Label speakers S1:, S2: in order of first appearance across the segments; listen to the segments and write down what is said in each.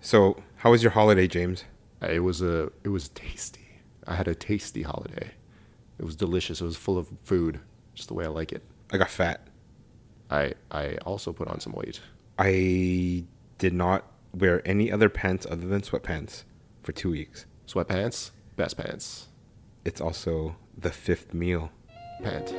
S1: So, how was your holiday, James?
S2: Uh, It was a it was tasty. I had a tasty holiday. It was delicious. It was full of food, just the way I like it.
S1: I got fat.
S2: I I also put on some weight.
S1: I did not wear any other pants other than sweatpants for two weeks.
S2: Sweatpants, best pants,
S1: It's also the fifth meal.
S2: pant.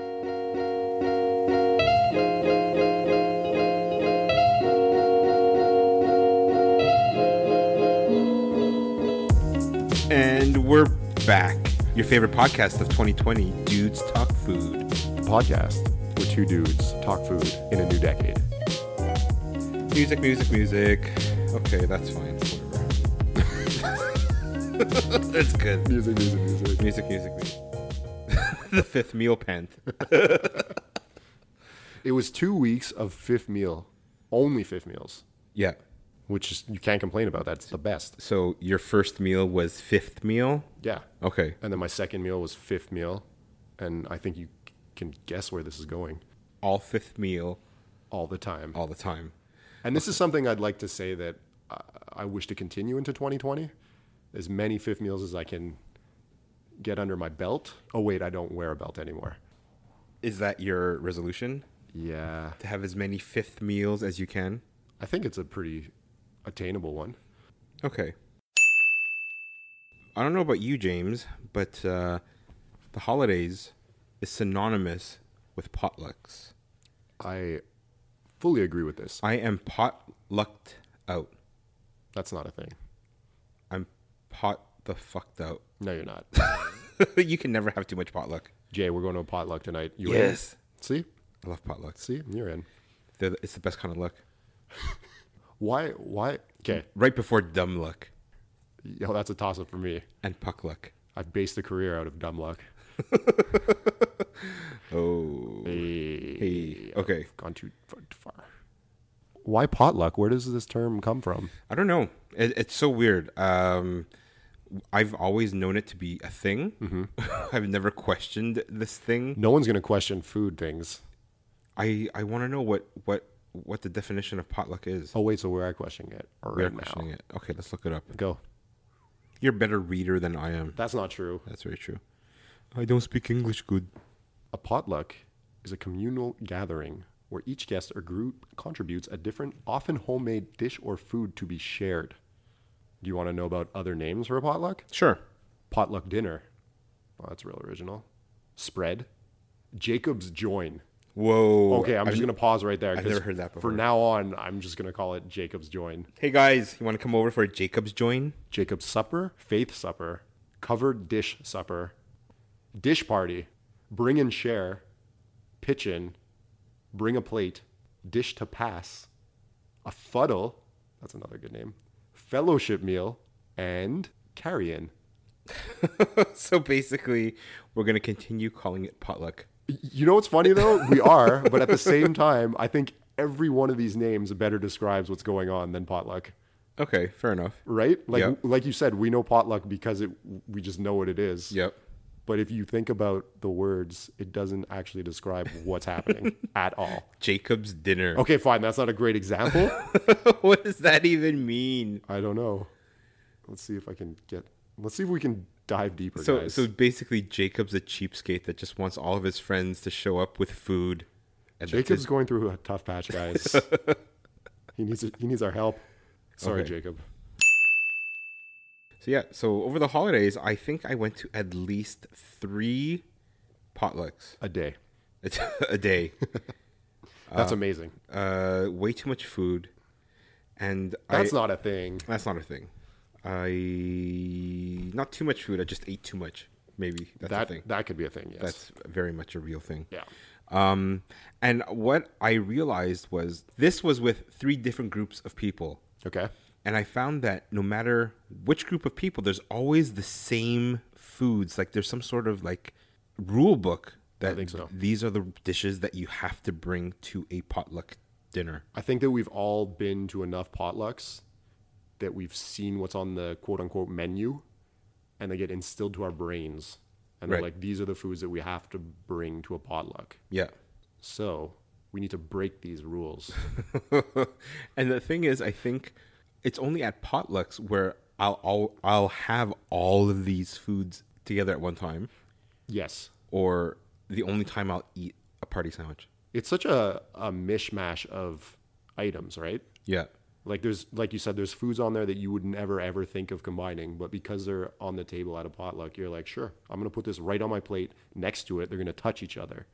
S1: And we're back. Your favorite podcast of 2020, Dudes Talk Food.
S2: Podcast where two dudes talk food in a new decade.
S1: Music, music, music. Okay, that's fine. Whatever. that's good.
S2: Music, music, music.
S1: Music, music, music. the fifth meal pant.
S2: It was two weeks of fifth meal, only fifth meals,
S1: Yeah.
S2: which is you can't complain about. That's the best.
S1: So your first meal was fifth meal?
S2: Yeah.
S1: Okay.
S2: And then my second meal was fifth meal, and I think you c- can guess where this is going
S1: All fifth meal
S2: all the time.
S1: all the time.
S2: And this is something I'd like to say that I, I wish to continue into 2020. As many fifth meals as I can get under my belt. Oh, wait, I don't wear a belt anymore.
S1: Is that your resolution?
S2: Yeah.
S1: To have as many fifth meals as you can?
S2: I think it's a pretty attainable one.
S1: Okay. I don't know about you, James, but uh, the holidays is synonymous with potlucks.
S2: I fully agree with this.
S1: I am potlucked out.
S2: That's not a thing.
S1: I'm pot the fucked out.
S2: No, you're not.
S1: you can never have too much potluck.
S2: Jay, we're going to a potluck tonight. You in? See?
S1: I love potlucks.
S2: See? You're in.
S1: They're, the- it's the best kind of luck.
S2: Why? Why? Okay.
S1: Right before dumb luck
S2: Yo, that's a toss up for me.
S1: and puck luck.
S2: I've based a career out of dumb luck.
S1: Oh.
S2: Hey,
S1: Hey. Okay.
S2: gone too, far- too far. Why potluck? Where does this term come from?
S1: I don't know. It, it's so weird. Um, I've always known it to be a thing. I've never questioned this thing.
S2: No one's going to question food things.
S1: I, I want to know what, what what the definition of potluck is.
S2: Oh, wait, so we're questioning it
S1: We're
S2: right now.
S1: questioning it. Okay, let's look it up.
S2: Go.
S1: You're a better reader than I am.
S2: That's not true.
S1: That's very true. I don't speak English good.
S2: A potluck is a communal gathering where each guest or group contributes a different, often homemade dish or food to be shared. Do you want to know about other names for a potluck?
S1: Sure.
S2: Potluck dinner. Well, that's real original. Spread. Jacob's join.
S1: Whoa.
S2: Okay, I'm
S1: I've-
S2: just gonna pause right there.
S1: I've
S2: 'cause
S1: never heard that before.
S2: From now on, I'm just gonna call it Jacob's join.
S1: Hey guys, you want to come over for a Jacob's join?
S2: Jacob's supper, faith supper, covered dish supper, dish party, bring and share, pitch in, bring a plate, dish to pass, a fuddle. That's another good name. Fellowship meal and carry in.
S1: so basically, we're gonna continue calling it potluck.
S2: You know what's funny though? We are, but at the same time, I think every one of these names better describes what's going on than potluck.
S1: Okay, fair enough.
S2: Right? Like
S1: Yep.
S2: like you said, we know potluck because it we just know what it is.
S1: Yep.
S2: But if you think about the words, it doesn't actually describe what's happening at all.
S1: Jacob's dinner.
S2: Okay, fine, that's not a great example.
S1: what does that even mean?
S2: I don't know. Let's see if I can get let's see if we can dive deeper,
S1: So,
S2: guys.
S1: so basically, Jacob's a cheapskate that just wants all of his friends to show up with food. And that's
S2: Jacob's
S1: his-
S2: going through a tough patch, guys. he needs he needs our help. Sorry,
S1: Okay.
S2: Jacob.
S1: So yeah. So over the holidays, I think I went to at least three potlucks
S2: A day.
S1: It's a day.
S2: That's amazing.
S1: uh, way too much food, and
S2: That's
S1: I,
S2: not a thing.
S1: that's not a thing. I not too much food. I just ate too much. Maybe that's a
S2: that
S1: thing.
S2: that could be a thing. Yes.
S1: That's very much a real thing.
S2: yeah.
S1: Um, and what I realized was this was with three different groups of people.
S2: Okay.
S1: And I found that no matter which group of people, there's always the same foods. Like there's some sort of like rule book that
S2: think so.
S1: these are the dishes that you have to bring to a potluck dinner.
S2: I think that we've all been to enough potlucks that we've seen what's on the quote unquote menu, and they get instilled to our brains. And they're
S1: Right.
S2: like, these are the foods that we have to bring to a potluck.
S1: Yeah.
S2: So we need to break these rules.
S1: and the thing is, I think it's only at potlucks where I'll, I'll I'll have all of these foods together at one time,
S2: Yes.
S1: or the only time I'll eat a party sandwich.
S2: It's such a, a mishmash of items, right?
S1: Yeah,
S2: Like there's like you said, there's foods on there that you would never ever think of combining, but because they're on the table at a potluck, you're like, sure, I'm gonna put this right on my plate next to it. They're gonna touch each other,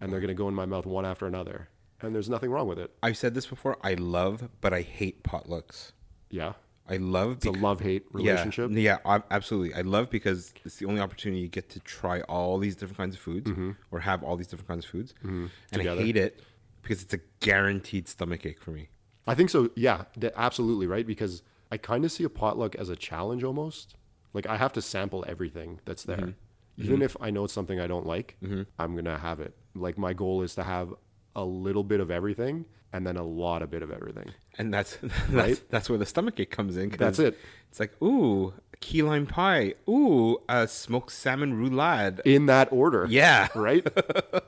S2: and they're gonna go in my mouth one after another, and there's nothing wrong with it.
S1: I've said this before. I love, but I hate potlucks.
S2: Yeah,
S1: I love
S2: it's a love hate relationship.
S1: Yeah, yeah, ab- absolutely. I love because it's the only opportunity you get to try all these different kinds of foods or have all these different kinds of foods. And
S2: Mm-hmm. Together.
S1: I hate it because it's a guaranteed stomach ache for me.
S2: I think so. Yeah, th- absolutely right. Because I kind of see a potluck as a challenge almost. Like I have to sample everything that's there, even if I know it's something I don't like. I'm gonna have it. Like my goal is to have a little bit of everything and then a lot of bit of everything.
S1: And that's that's,
S2: Right?
S1: that's where the stomach ache comes in. 'cause
S2: That's it.
S1: It's like, ooh, a key lime pie. Ooh, a smoked salmon roulade.
S2: in that order.
S1: Yeah.
S2: Right?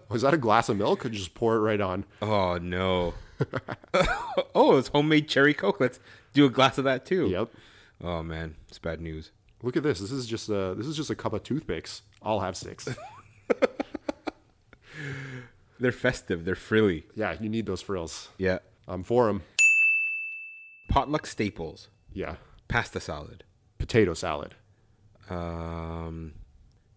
S2: Was that a glass of milk? Could you just pour it right on?
S1: Oh, no. oh, it's homemade cherry Coke. Let's do a glass of that too.
S2: Yep.
S1: Oh, man. It's bad news.
S2: Look at this. This is just a this is just a cup of toothpicks. I'll have six.
S1: They're festive, they're frilly.
S2: yeah, you need those frills.
S1: Yeah.
S2: I'm for them.
S1: Potluck staples.
S2: Yeah.
S1: pasta salad,
S2: Potato salad,
S1: um,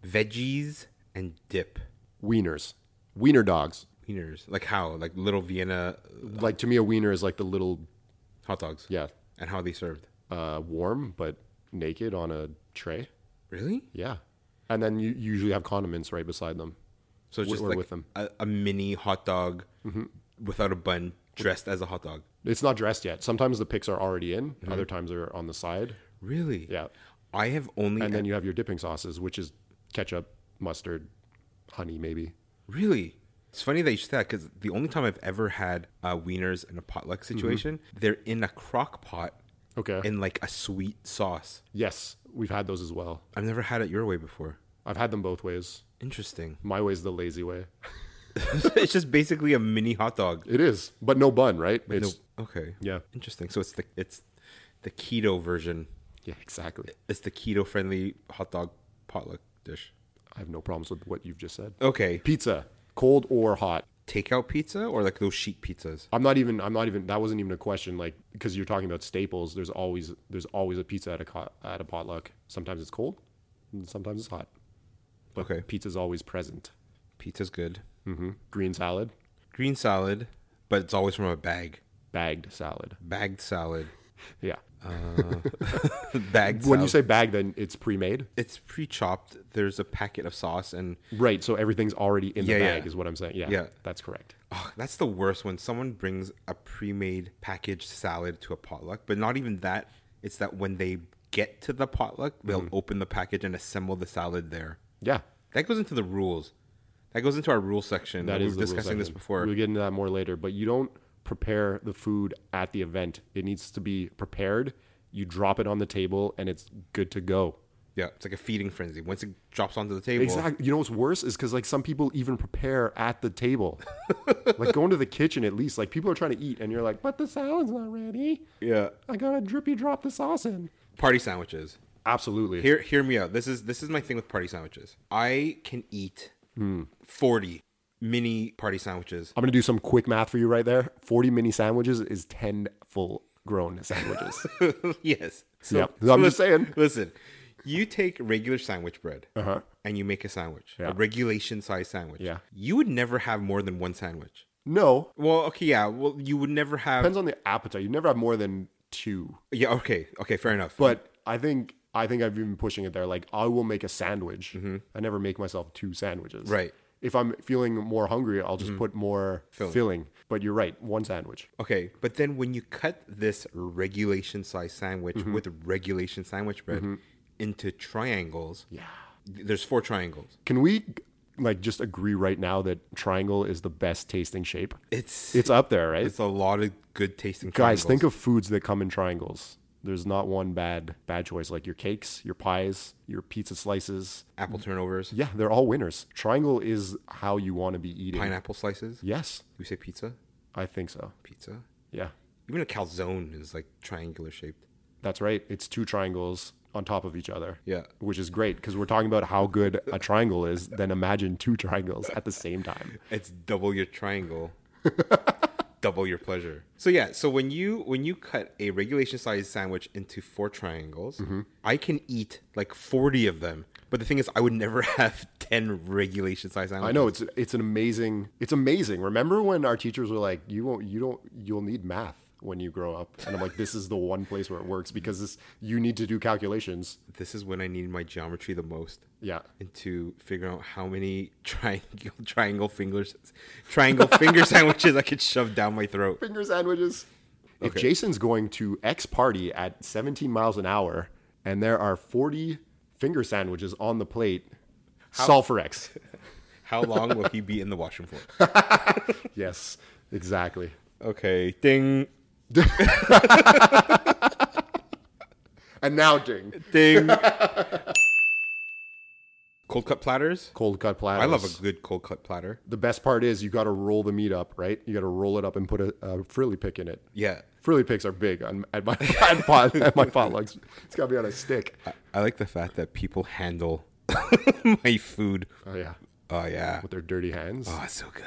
S1: veggies, and dip.
S2: wieners, wiener dogs.
S1: Wieners, like how, like little Vienna
S2: Like to me, a wiener is like the little
S1: hot dogs.
S2: yeah,
S1: And how are they served?
S2: uh, warm but naked on a tray.
S1: Really?
S2: Yeah, and then you usually have condiments right beside them.
S1: So it's
S2: Or-
S1: just
S2: or
S1: like
S2: with them. Mm-hmm.
S1: A, a mini hot dog without a bun, dressed as a hot dog.
S2: It's not dressed yet. Sometimes the picks are already in. Other times they're on the side.
S1: Really?
S2: Yeah.
S1: I have only
S2: and then you have your dipping sauces, which is ketchup, mustard, honey, maybe.
S1: really. It's funny that you said that because the only time I've ever had uh, wieners in a potluck
S2: Mm-hmm.
S1: situation, they're in a crock pot
S2: Okay.
S1: in like a sweet sauce.
S2: yes, we've had those as well.
S1: I've never had it your way before.
S2: I've had them both ways.
S1: Interesting.
S2: My way's the lazy way.
S1: it's just basically a mini hot dog.
S2: It is, but no bun, right? It's
S1: Okay.
S2: yeah,
S1: Interesting. So it's the it's the keto version.
S2: yeah, exactly.
S1: It's the keto friendly hot dog potluck dish.
S2: I have no problems with what you've just said.
S1: Okay.
S2: Pizza, cold or hot.
S1: Takeout pizza or like those sheet pizzas?
S2: I'm not even. I'm not even. That wasn't even a question. Like because you're talking about staples. There's always there's always a pizza at a co- at a potluck. Sometimes it's cold, and sometimes it's hot. But
S1: Okay.
S2: pizza's always present.
S1: Pizza's good.
S2: hmm Green salad,
S1: Green salad, but it's always from a bag.
S2: bagged salad.
S1: Bagged salad.
S2: Yeah.
S1: bagged
S2: When
S1: salad.
S2: you say bag, then it's pre-made,
S1: it's pre chopped, there's a packet of sauce and
S2: right? So everything's already in the
S1: Yeah, yeah.
S2: bag, is what I'm saying. Yeah,
S1: Yeah.
S2: that's correct.
S1: oh, that's the worst when someone brings a pre made packaged salad to a potluck. But not even that. It's that when they get to the potluck, they'll
S2: Mm-hmm.
S1: open the package and assemble the salad there.
S2: Yeah,
S1: That goes into the rules. That goes into our rule section.
S2: that
S1: we
S2: is
S1: were
S2: the rules
S1: discussing this
S2: section.
S1: before.
S2: We'll get into that more later, but you don't prepare the food at the event. It needs to be prepared. You drop it on the table, and it's good to go.
S1: Yeah, it's like a feeding frenzy. Once it drops onto the table,
S2: Exactly. You know what's worse is because like some people even prepare at the table, like going to the kitchen at least. Like people are trying to eat, and you're like, "But the salad's not ready.
S1: yeah,
S2: I gotta drippy drop the sauce in."
S1: party sandwiches.
S2: Absolutely.
S1: Hear hear me out. This is this is my thing with party sandwiches. I can eat
S2: Hmm.
S1: forty mini party sandwiches.
S2: I'm gonna do some quick math for you right there. 40 mini sandwiches is 10 full grown sandwiches.
S1: yes. So,
S2: yeah, I'm just
S1: listen-
S2: saying.
S1: Listen, you take regular sandwich bread
S2: Uh-huh.
S1: and you make a sandwich,
S2: Yeah.
S1: a regulation size sandwich.
S2: Yeah.
S1: You would never have more than one sandwich.
S2: No,
S1: Well, okay, yeah. Well, you would never have.
S2: depends on the appetite. You never have more than two.
S1: Yeah. Okay. Okay. Fair enough.
S2: But I think I think I've been pushing it there. Like I will make a sandwich. I never make myself two sandwiches.
S1: Right.
S2: If I'm feeling more hungry, I'll just put more filling. But you're right, one sandwich.
S1: Okay, but then when you cut this regulation size sandwich
S2: Mm-hmm.
S1: with regulation sandwich bread into triangles,
S2: Yeah.
S1: th- there's four triangles.
S2: Can we like just agree right now that triangle is the best tasting shape?
S1: It's it's,
S2: It's up there, right?
S1: a lot of good tasting
S2: Guys,
S1: triangles.
S2: think of foods that come in triangles. There's not one bad bad choice like your cakes, your pies, your pizza slices.
S1: apple turnovers,
S2: Yeah, they're all winners. Triangle is how you want to be eating.
S1: pineapple slices.
S2: Yes,
S1: We say pizza,
S2: I think so.
S1: pizza,
S2: Yeah.
S1: Even a calzone is like triangular shaped.
S2: That's right. It's two triangles on top of each other.
S1: Yeah.
S2: Which is great because we're talking about how good a triangle is. Then imagine two triangles at the same time.
S1: It's double your triangle. double your pleasure. So yeah, so when you when you cut a regulation size sandwich into four triangles,
S2: Mm-hmm.
S1: I can eat like 40 of them. But the thing is I would never have 10 regulation size sandwiches.
S2: I know it's it's an amazing it's amazing. Remember when our teachers were like, "You won't you don't you'll need math when you grow up," and I'm like, "This is the one place where it works because this you need to do calculations."
S1: This is when I needed my geometry the most.
S2: Yeah.
S1: And to figure out how many triangle triangle fingers triangle finger sandwiches I could shove down my throat.
S2: finger sandwiches. If Jason's going to X party at 17 miles an hour and there are 40 finger sandwiches on the plate, solve for X.
S1: How long will he be in the washroom for?
S2: yes, exactly.
S1: Okay, ding,
S2: And now ding.
S1: ding. cold cut platters.
S2: Cold cut platters.
S1: I love a good cold cut platter.
S2: The best part is you got to roll the meat up, right? You got to roll it up and put a, a frilly pick in it.
S1: Yeah,
S2: Frilly picks are big on, at my at, pot, at my potlucks. It's got to be on a stick.
S1: I, I like the fact that people handle my food.
S2: Oh yeah,
S1: Oh yeah,
S2: with their dirty hands
S1: oh it's so good.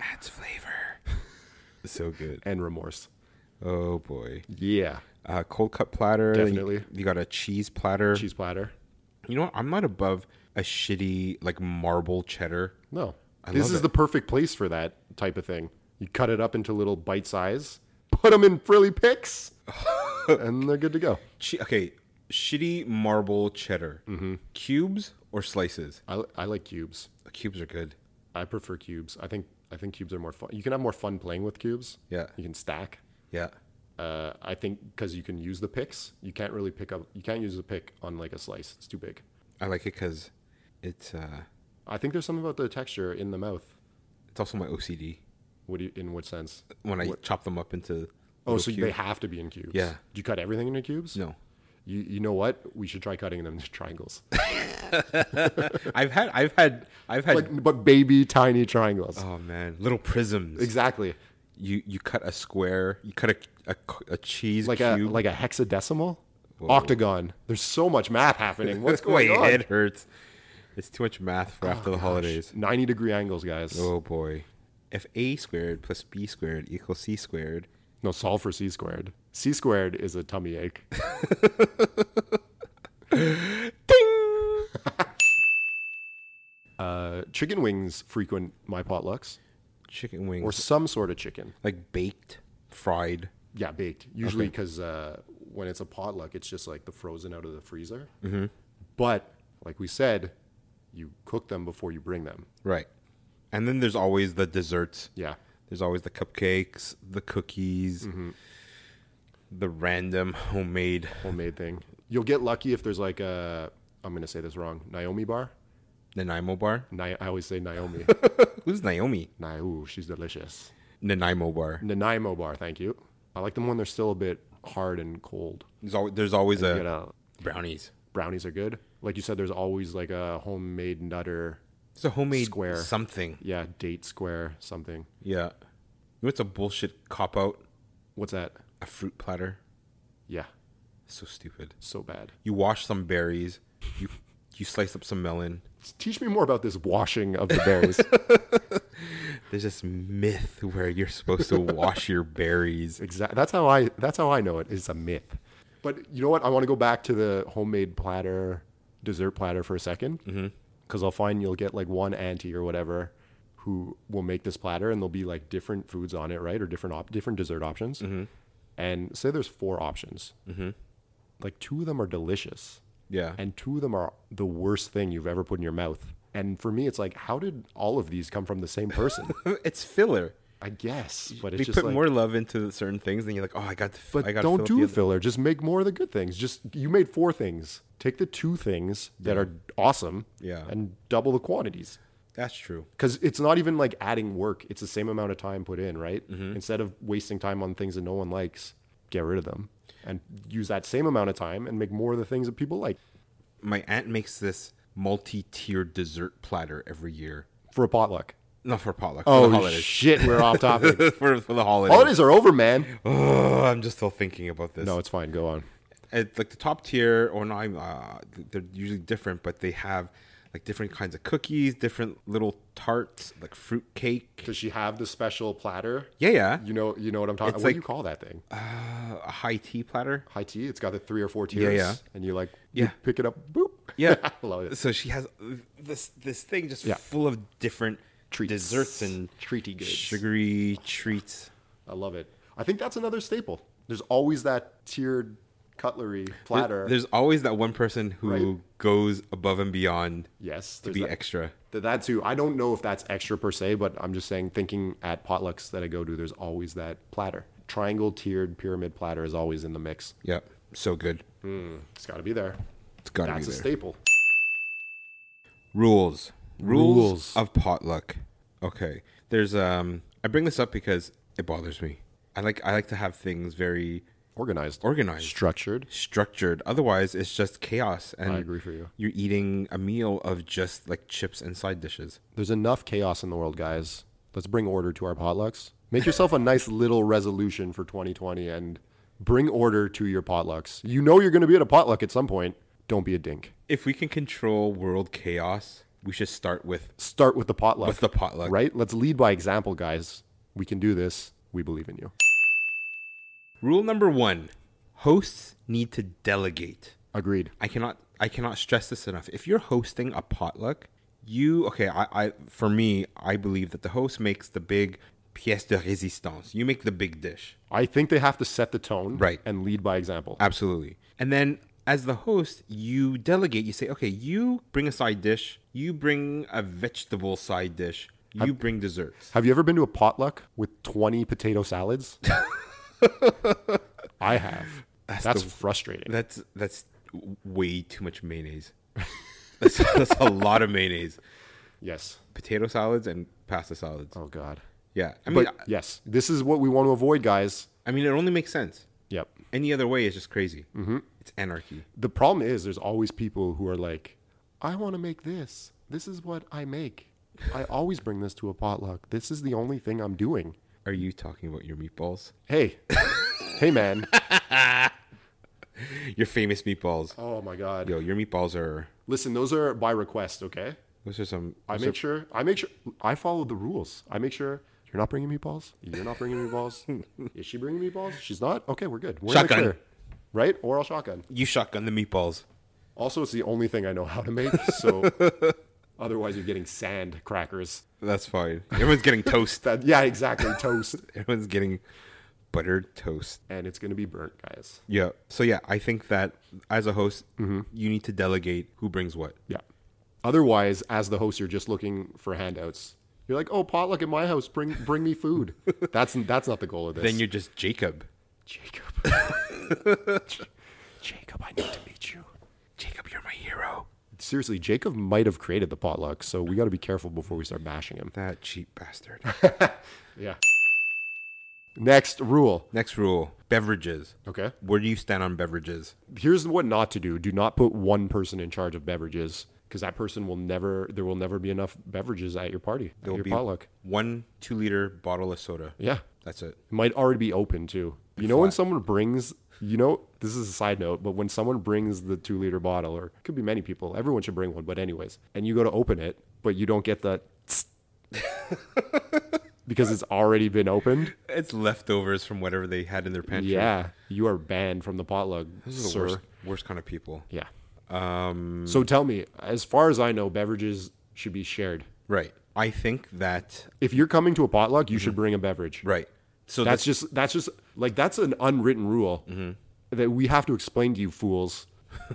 S1: Adds flavor. so good.
S2: and remorse.
S1: Oh boy.
S2: Yeah,
S1: Uh, cold cut platter. then you-
S2: Definitely.
S1: You, got a cheese platter.
S2: cheese platter.
S1: You know what? I'm not above a shitty like marble cheddar.
S2: No.
S1: I
S2: this
S1: love
S2: is
S1: it.
S2: the perfect place for that type of thing. You cut it up into little bite size, put them in frilly picks, and they're good to go.
S1: Che- okay, shitty marble cheddar.
S2: Mm-hmm.
S1: Cubes or slices?
S2: I, I like cubes.
S1: Cubes are good.
S2: I prefer cubes. I think I think cubes are more fun. You can have more fun playing with cubes.
S1: Yeah.
S2: You can stack.
S1: Yeah.
S2: Uh, I think because you can use the picks, you can't really pick up. You can't use the pick on like a slice. It's too big.
S1: I like it because it's uh,
S2: I think there's something about the texture in the mouth.
S1: it's also my OCD
S2: What do you, in what sense?
S1: when I chop them up into.
S2: Oh,
S1: little
S2: so
S1: cubes.
S2: they have to be in cubes.
S1: Yeah.
S2: Do you cut everything into cubes?
S1: no.
S2: You, you know what? We should try cutting them into triangles.
S1: I've had I've had I've had
S2: like but baby tiny triangles.
S1: oh man little prisms.
S2: Exactly.
S1: You you cut a square. You cut a a, a cheese
S2: Like a
S1: cube.
S2: like a hexadecimal, octagon. There's so much math happening. What's
S1: My
S2: going on? Oh,
S1: head hurts. It's too much math for after the holidays.
S2: 90 degree angles, guys.
S1: Oh boy. If a squared plus b squared equals c squared,
S2: No, solve for c squared. C squared is a tummy ache.
S1: ding.
S2: Uh, chicken wings frequent my potlucks,
S1: Chicken wings,
S2: or some sort of chicken.
S1: like baked, fried.
S2: Yeah, baked. Usually because uh, when it's a potluck, it's just like the frozen out of the freezer. Mm-hmm. But like we said, you cook them before you bring them.
S1: Right. And then there's always the desserts.
S2: Yeah.
S1: There's always the cupcakes, the cookies,
S2: Mm-hmm.
S1: the random homemade.
S2: homemade thing. You'll get lucky if there's like a I'm gonna say this wrong. Naomi bar.
S1: Nanaimo bar.
S2: Ni- I always say Naomi.
S1: Who's Naomi?
S2: Ni- ooh, she's delicious.
S1: Nanaimo bar.
S2: Nanaimo bar. Thank you. I like them when they're still a bit hard and cold.
S1: There's always, there's always
S2: You
S1: a
S2: know,
S1: brownies.
S2: brownies are good. Like you said, there's always like a homemade nutter.
S1: It's a homemade
S2: Square.
S1: something.
S2: Yeah, date square something.
S1: Yeah. You know it's a bullshit cop out?
S2: What's that?
S1: A fruit platter.
S2: Yeah,
S1: So stupid.
S2: so bad.
S1: You wash some berries. You you slice up some melon.
S2: Teach me more about this washing of the berries.
S1: There's this myth where you're supposed to wash your berries.
S2: Exactly. That's how I. That's how I know it. It's a myth. But you know what? I want to go back to the homemade platter, dessert platter for a second, because mm-hmm. I'll find you'll get like one auntie or whatever who will make this platter, and there'll be like different foods on it, right, or different op- different dessert options. And say there's four options. Mm-hmm. Like two of them are delicious,
S1: Yeah.
S2: and two of them are the worst thing you've ever put in your mouth. And for me, it's like, how did all of these come from the same person?
S1: it's filler.
S2: I guess, but it's
S1: They
S2: just
S1: put
S2: like,
S1: more love into certain things, and you're like, oh, I got to. F-
S2: But
S1: I got
S2: don't do
S1: the other-
S2: filler. Just make more of the good things. Just you made four things. Take the two things that are awesome,
S1: Yeah.
S2: and double the quantities.
S1: That's true.
S2: Because it's not even like adding work. It's the same amount of time put in, right? Instead of wasting time on things that no one likes, get rid of them and use that same amount of time and make more of the things that people like
S1: My aunt makes this multi-tiered dessert platter every year
S2: for a potluck.
S1: Not for potluck. For the
S2: Oh
S1: holidays.
S2: shit, we're off topic.
S1: for, for the holidays.
S2: Holidays are over, man.
S1: Ugh, I'm just still thinking about this.
S2: No, it's fine. Go on.
S1: At, like the top tier, or not, uh, they're usually different, but they have like different kinds of cookies, different little tarts, like fruit cake.
S2: Does she have the special platter?
S1: Yeah, yeah.
S2: You know, you know what I'm talking.
S1: It's
S2: what
S1: like-
S2: do you call that thing?
S1: Uh, a high tea platter.
S2: High tea. It's got the three or four tiers,
S1: yeah.
S2: and you like, you
S1: Yeah.
S2: pick it up, boop.
S1: Yeah.
S2: I love it.
S1: So she has this this thing just
S2: Yeah.
S1: full of different
S2: Treats.
S1: desserts and
S2: Treaty goods.
S1: sugary treats.
S2: I love it. I think that's another staple. There's always that tiered cutlery platter.
S1: There's always that one person who
S2: Right.
S1: goes above and beyond
S2: yes,
S1: to
S2: there's
S1: be
S2: that.
S1: extra.
S2: Th- That too. I don't know if that's extra per se, but I'm just saying, thinking at potlucks that I go to, there's always that platter. Triangle tiered pyramid platter is always in the mix.
S1: Yeah, so good.
S2: It's got to be there.
S1: It's gotta
S2: that's
S1: be
S2: a
S1: there.
S2: staple.
S1: Rules. Rules.
S2: Rules.
S1: of potluck. Okay. There's um I bring this up because it bothers me. I like I like to have things very
S2: Organized,
S1: organized,
S2: structured.
S1: structured. Otherwise it's just chaos and
S2: I agree for you.
S1: You're eating a meal of just like chips and side dishes.
S2: There's enough chaos in the world, guys. Let's bring order to our potlucks. Make yourself a nice little resolution for 2020 and bring order to your potlucks. You know you're going to be at a potluck at some point. Don't be a dink.
S1: If we can control world chaos, we should start with
S2: Start with the potluck.
S1: with the potluck.
S2: right? Let's lead by example, guys. We can do this. We believe in you.
S1: Rule number 1. Hosts need to delegate.
S2: Agreed.
S1: I cannot I cannot stress this enough. If you're hosting a potluck, you okay, I, I for me, I believe that the host makes the big pièce de résistance. You make the big dish.
S2: I think they have to set the tone
S1: Right.
S2: and lead by example.
S1: Absolutely. And then as the host, you delegate, you say, okay, you bring a side dish, you bring a vegetable side dish, you bring desserts.
S2: Have you ever been to a potluck with 20 potato salads? I have. That's, frustrating.
S1: That's that's way too much mayonnaise. That's, that's a lot of mayonnaise.
S2: Yes.
S1: Potato salads and pasta salads.
S2: Oh, God.
S1: Yeah. I mean
S2: But yes, this is what we want to avoid, guys.
S1: I mean, it only makes sense.
S2: Yep.
S1: Any other way is just crazy. Mm-hmm. It's anarchy.
S2: The problem is there's always people who are like, I want to make this. This is what I make. I always bring this to a potluck. This is the only thing I'm doing.
S1: Are you talking about your meatballs?
S2: Hey, hey, man.
S1: Your famous meatballs.
S2: Oh my God.
S1: Yo, your meatballs are.
S2: Listen, those are by request, okay?
S1: Those are some.
S2: I make sure. I make sure. I follow the rules. I make sure you're not bringing meatballs. You're not bringing meatballs. is she bringing meatballs? She's not. Okay, we're good. We're in the
S1: Shotgun.
S2: clear. right? Or I'll shotgun.
S1: You shotgun the meatballs.
S2: Also, it's the only thing I know how to make. So, otherwise, you're getting sand crackers.
S1: That's fine. Everyone's getting toast.
S2: That yeah, exactly. Toast,
S1: Everyone's getting buttered toast.
S2: and it's gonna be burnt, guys.
S1: Yeah. So yeah, I think that as a host, you need to delegate who brings what.
S2: Yeah. Otherwise, as the host, you're just looking for handouts. You're like, oh, potluck at my house. Bring bring me food. that's that's not the goal of this.
S1: Then you're just Jacob.
S2: Jacob. Jacob, I need to meet you.
S1: Jacob, you're my hero.
S2: Seriously, Jacob might have created the potluck, so we got to be careful before we start bashing him.
S1: That cheap bastard.
S2: Yeah. Next rule.
S1: Next rule: beverages.
S2: Okay.
S1: Where do you stand on beverages?
S2: Here's what not to do. Do not put one person in charge of beverages because that person will never there will never be enough beverages at your party, at your
S1: be-
S2: potluck.
S1: One two liter bottle of soda.
S2: Yeah.
S1: That's it.
S2: It might already be open too. You know when someone brings you know this is a side note, but when someone brings the two liter bottle, or it could be many people, everyone should bring one, but anyways, and you go to open it, but you don't get the tss because it's already been opened.
S1: It's leftovers from whatever they had in their pantry.
S2: Yeah, you are banned from the potluck,
S1: Those are the
S2: sir.
S1: worst, worst kind of people.
S2: Yeah.
S1: Um,
S2: So tell me, as far as I know, beverages should be shared.
S1: right. I think that
S2: If you're coming to a potluck, you should bring a beverage.
S1: Mm-hmm. right. So
S2: That's
S1: that's,
S2: just that's just like that's an unwritten rule
S1: Mm-hmm.
S2: that we have to explain to you fools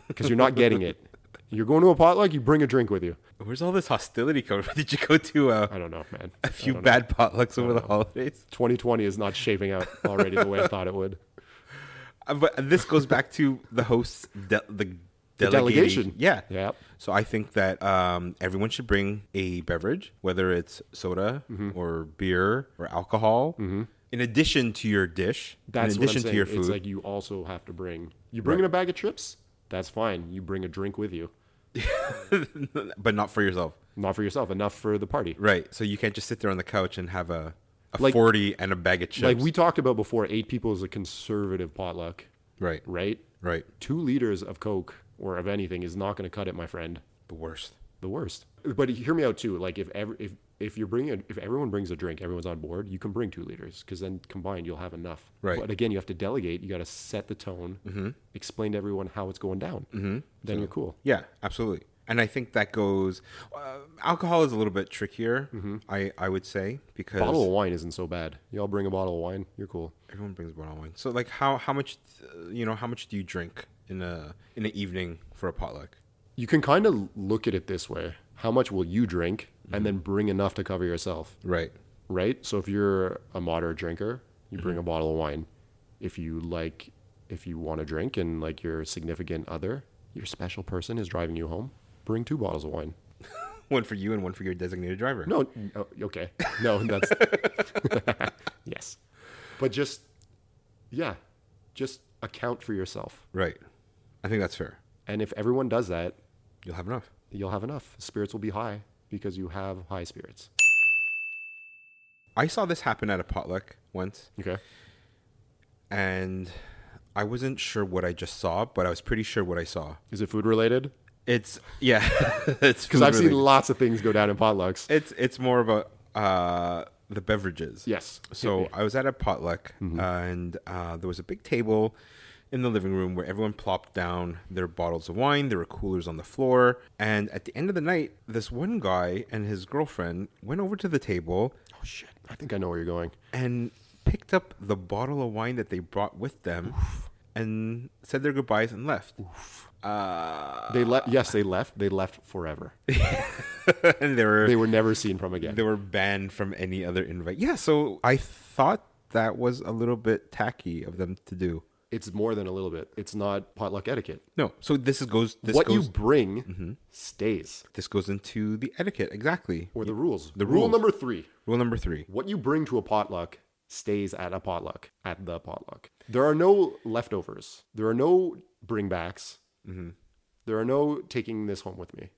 S2: because you're not getting it. You're going to a potluck, you bring a drink with you.
S1: where's all this hostility coming from? Did you go to uh,
S2: I don't know, man.
S1: a few bad potlucks over the holidays?
S2: 2020 is not shaping out already the way I thought it would.
S1: Uh, But this goes back to the host's de- the,
S2: delegation.
S1: delegation. Yeah.
S2: Yep.
S1: So I think that um, everyone should bring a beverage, whether it's soda
S2: Mm-hmm.
S1: or beer or alcohol, in addition to your dish,
S2: That's
S1: in
S2: what I'm
S1: addition
S2: saying.
S1: to your
S2: It's
S1: food.
S2: like you also have to bring. You bring in a bag of chips, that's fine. You bring a drink with you.
S1: but not for yourself.
S2: Not for yourself, enough for the party.
S1: Right. So you can't just sit there on the couch and have a, a
S2: Like-
S1: 40 and a bag of chips.
S2: Like we talked about before, eight people is a conservative potluck,
S1: right.
S2: right?
S1: Right.
S2: Two liters of Coke or of anything is not going to cut it, my friend.
S1: The worst.
S2: The worst. But hear me out too. Like if ever if if you're bringing a, if everyone brings a drink, everyone's on board. You can bring two liters because then combined you'll have enough.
S1: Right.
S2: But again, you have to delegate. You got to set the tone. Explain to everyone how it's going down. Mm-hmm. Then you're cool.
S1: Yeah, absolutely. And I think that goes. Uh, alcohol is a little bit trickier, I, I would say, because
S2: Mm-hmm. Bottle of wine isn't so bad. Y'all bring a bottle of wine. You're cool.
S1: everyone brings a bottle of wine. So like, how how much uh, you know how much do you drink in a in an evening for a potluck?
S2: You can kind of look at it this way: How much will you drink, and then bring enough to cover yourself.
S1: Right.
S2: right? So if you're a moderate drinker, you bring a bottle of wine. If you like, if you want to drink and like your significant other, your special person is driving you home, bring two bottles of wine.
S1: One for you and one for your designated driver.
S2: No, oh, okay. No, that's. yes. But just, yeah, just account for yourself.
S1: Right. I think that's fair.
S2: And if everyone does that,
S1: You'll have enough.
S2: you'll have enough. Spirits will be high because you have high spirits.
S1: I saw this happen at a potluck once,
S2: Okay.
S1: and I wasn't sure what I just saw, but I was pretty sure what I saw.
S2: Is it food related?
S1: It's yeah, it's
S2: Because I've seen
S1: food-related.
S2: lots of things go down in potlucks.
S1: it's it's more about uh, the beverages.
S2: Yes.
S1: So I was at a potluck,
S2: Mm-hmm.
S1: and uh, there was a big table in the living room where everyone plopped down their bottles of wine. There were coolers on the floor, and at the end of the night, this one guy and his girlfriend went over to the table
S2: Oh shit! I think I know where you're going.
S1: and picked up the bottle of wine that they brought with them, and said their goodbyes and left. Uh,
S2: They left. Yes, they left. They left forever.
S1: and they were
S2: They were never seen from again.
S1: they were banned from any other invite. Yeah, so I thought that was a little bit tacky of them to do.
S2: It's more than a little bit. It's not potluck etiquette.
S1: No, so this is goes this
S2: what
S1: goes Mm-hmm.
S2: you bring stays,
S1: this goes into the etiquette exactly.
S2: or the rules.
S1: The
S2: rule
S1: rules.
S2: number three:
S1: Rule number three.
S2: What you bring to a potluck stays at a potluck. At the potluck, there are no leftovers. There are no bringbacks.
S1: Mm-hmm.
S2: There are no taking this home with me,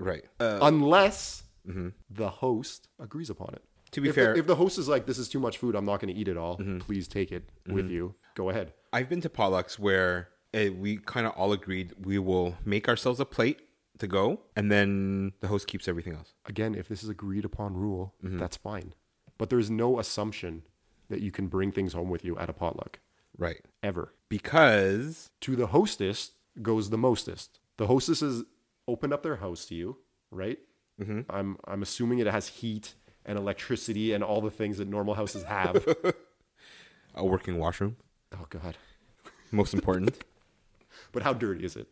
S1: Right. Uh, mm-hmm.
S2: unless the host agrees upon it.
S1: to be
S2: if
S1: fair, Mm-hmm.
S2: the, if the host is like, "This is too much food. I'm not going to eat it all. Please take it with you. Go ahead."
S1: I've been to potlucks where uh, we kind of all agreed we will make ourselves a plate to go, and then the host keeps everything else.
S2: again, if this is agreed upon rule,
S1: Mm-hmm.
S2: that's fine. But there's no assumption that you can bring things home with you at a potluck
S1: Right.
S2: ever.
S1: Because
S2: To the hostess goes the mostest. The hostess has opened up their house to you, right?
S1: Mm-hmm.
S2: I'm I'm assuming it has heat and electricity and all the things that normal houses have.
S1: a working washroom,
S2: oh God!
S1: most important.
S2: But how dirty is it?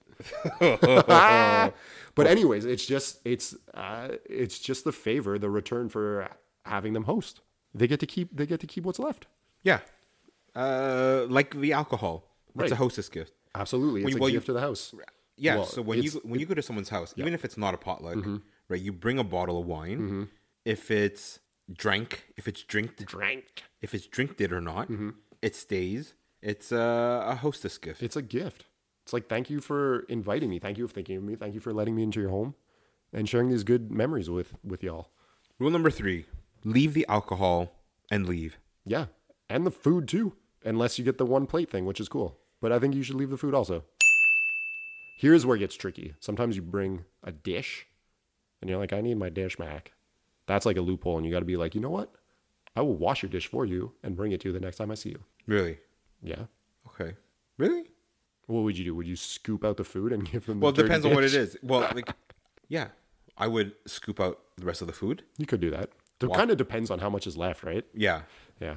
S2: but anyways, it's just it's uh, it's just the favor, the return for having them host. They get to keep they get to keep what's left.
S1: yeah. Uh, like the alcohol. It's a
S2: Right.
S1: hostess gift.
S2: Absolutely, it's
S1: you-
S2: a
S1: well, you-
S2: gift to the house.
S1: Yeah.
S2: Well,
S1: so when you
S2: it's- Mm-hmm.
S1: go- when you go to someone's house, even if it's not a potluck, right? You bring a bottle of wine. If it's drank, if it's drinked,
S2: drank,
S1: if it's drinked it or not,
S2: Mm-hmm.
S1: it stays. It's a, a hostess gift.
S2: it's a gift. It's like thank you for inviting me, thank you for thinking of me, thank you for letting me into your home, and sharing these good memories with with y'all.
S1: Rule number three: leave the alcohol and leave.
S2: Yeah, and the food too, unless you get the one plate thing, which is cool. But I think you should leave the food also. Here's where it gets tricky. Sometimes you bring a dish, and you're like, I need my dish, Mac. That's like a loophole, and you got to be like, you know what? I will wash your dish for you and bring it to you the next time I see you.
S1: Really?
S2: Yeah.
S1: Okay. Really?
S2: What would you do? Would you scoop out the food and give them?
S1: Well, it
S2: the dirty
S1: depends on what
S2: dish?
S1: it is. Well, like, yeah, I would scoop out the rest of the food.
S2: You could do that. It kind of depends on how much is left, right?
S1: Yeah.
S2: Yeah,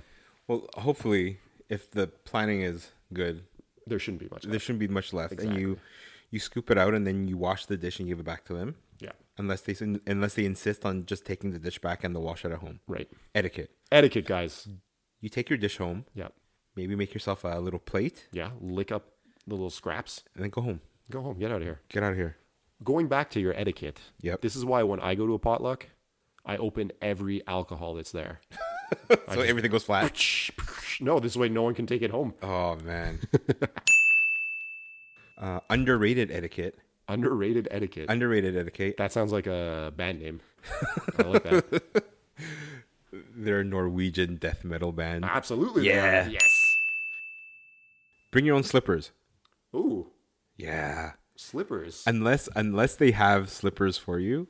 S1: Well, hopefully, if the planning is good,
S2: there shouldn't be much. Left.
S1: there shouldn't be much left. And you you scoop it out, and then you wash the dish and give it back to them.
S2: Yeah,
S1: Unless they unless they insist on just taking the dish back and the wash it at home.
S2: right.
S1: Etiquette:
S2: Etiquette, guys.
S1: You take your dish home,
S2: Yeah,
S1: maybe make yourself a little plate,
S2: yeah. Lick up the little scraps.
S1: and then go home.
S2: Go home. Get out of here.
S1: Get out of here.
S2: Going back to your etiquette.
S1: Yep.
S2: This is why when I go to a potluck, I open every alcohol that's there.
S1: so everything goes flat.
S2: no, this way no one can take it home.
S1: Oh man. uh, underrated etiquette:
S2: Underrated etiquette.
S1: Underrated etiquette.
S2: that sounds like a band name. I like that.
S1: They're a Norwegian death metal band.
S2: Absolutely. they are.
S1: Yeah.
S2: Yes.
S1: Bring your own slippers.
S2: Ooh,
S1: Yeah.
S2: slippers.
S1: Unless unless they have slippers for you.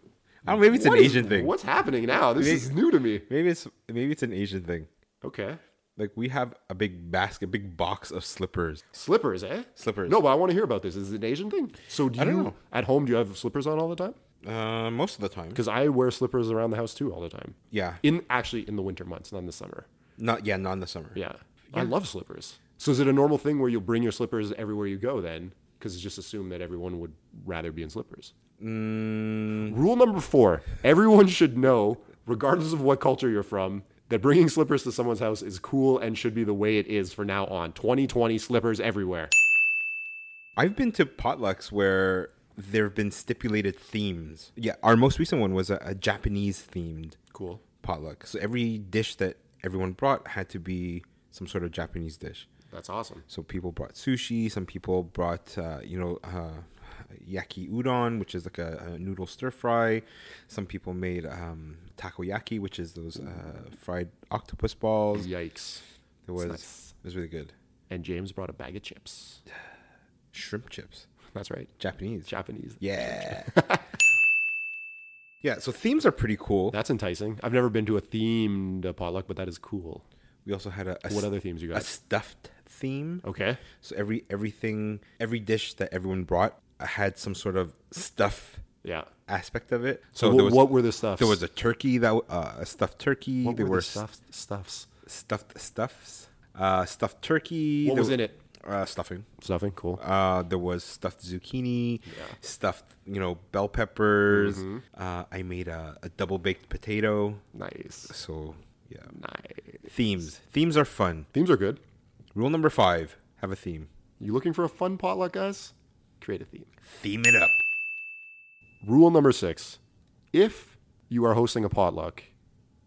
S1: I don't know, maybe it's
S2: What
S1: an
S2: is-
S1: Asian thing.
S2: What's happening now? This is new to me.
S1: Maybe it's maybe it's an Asian thing.
S2: Okay.
S1: Like we have a big basket, big box of slippers.
S2: Slippers, eh?
S1: Slippers.
S2: No, but I want to hear about this. Is it an Asian thing? So do you at home do you have slippers on all the time?
S1: Uh, most of the time.
S2: Because I wear slippers around the house too all the time.
S1: Yeah.
S2: In actually in the winter months, not in the summer.
S1: Not yeah, not in the summer.
S2: Yeah. I love slippers. So is it a normal thing where you'll bring your slippers everywhere you go then? Because it's just assumed that everyone would rather be in slippers. Rule number four everyone should know, regardless of what culture you're from, that bringing slippers to someone's house is cool and should be the way it is for now on. 2020 slippers everywhere.
S1: I've been to potlucks where there have been stipulated themes. Yeah, our most recent one was a, a Japanese themed
S2: Cool.
S1: potluck. So every dish that everyone brought had to be some sort of Japanese dish.
S2: That's awesome.
S1: So people brought sushi. Some people brought, uh, you know, uh, yaki udon, which is like a, a noodle stir fry. Some people made um, takoyaki, which is those uh, fried octopus balls.
S2: Yikes.
S1: It was
S2: nice.
S1: it was really good.
S2: And James brought a bag of chips.
S1: Shrimp chips,
S2: That's right.
S1: Japanese.
S2: Japanese.
S1: yeah. yeah. So themes are pretty cool.
S2: That's enticing. I've never been to a themed uh, potluck, but that is cool.
S1: We also had a, a s-
S2: What other themes you Oh.
S1: a
S2: got?
S1: stuffed theme.
S2: Okay.
S1: So every everything every dish that everyone brought uh, had some sort of stuff
S2: Yeah.
S1: aspect of it.
S2: So, what, what were the stuffs?
S1: There was a turkey that w- uh, a stuffed turkey.
S2: what
S1: there were,
S2: the stuffs? Stuffs.
S1: stuffed stuffs, uh, stuffed turkey.
S2: What
S1: There
S2: was
S1: w-
S2: in it?
S1: Uh, stuffing.
S2: Stuffing. Cool.
S1: Uh, there was stuffed zucchini, stuffed you know bell peppers.
S2: Mm-hmm.
S1: Uh, I made a, a double baked potato.
S2: Nice.
S1: So yeah,
S2: Nice.
S1: themes. Themes are fun.
S2: Themes are good.
S1: Rule number five: have a theme.
S2: You looking for a fun potluck, guys? Create a theme.
S1: Theme it up.
S2: Rule number six: If you are hosting a potluck,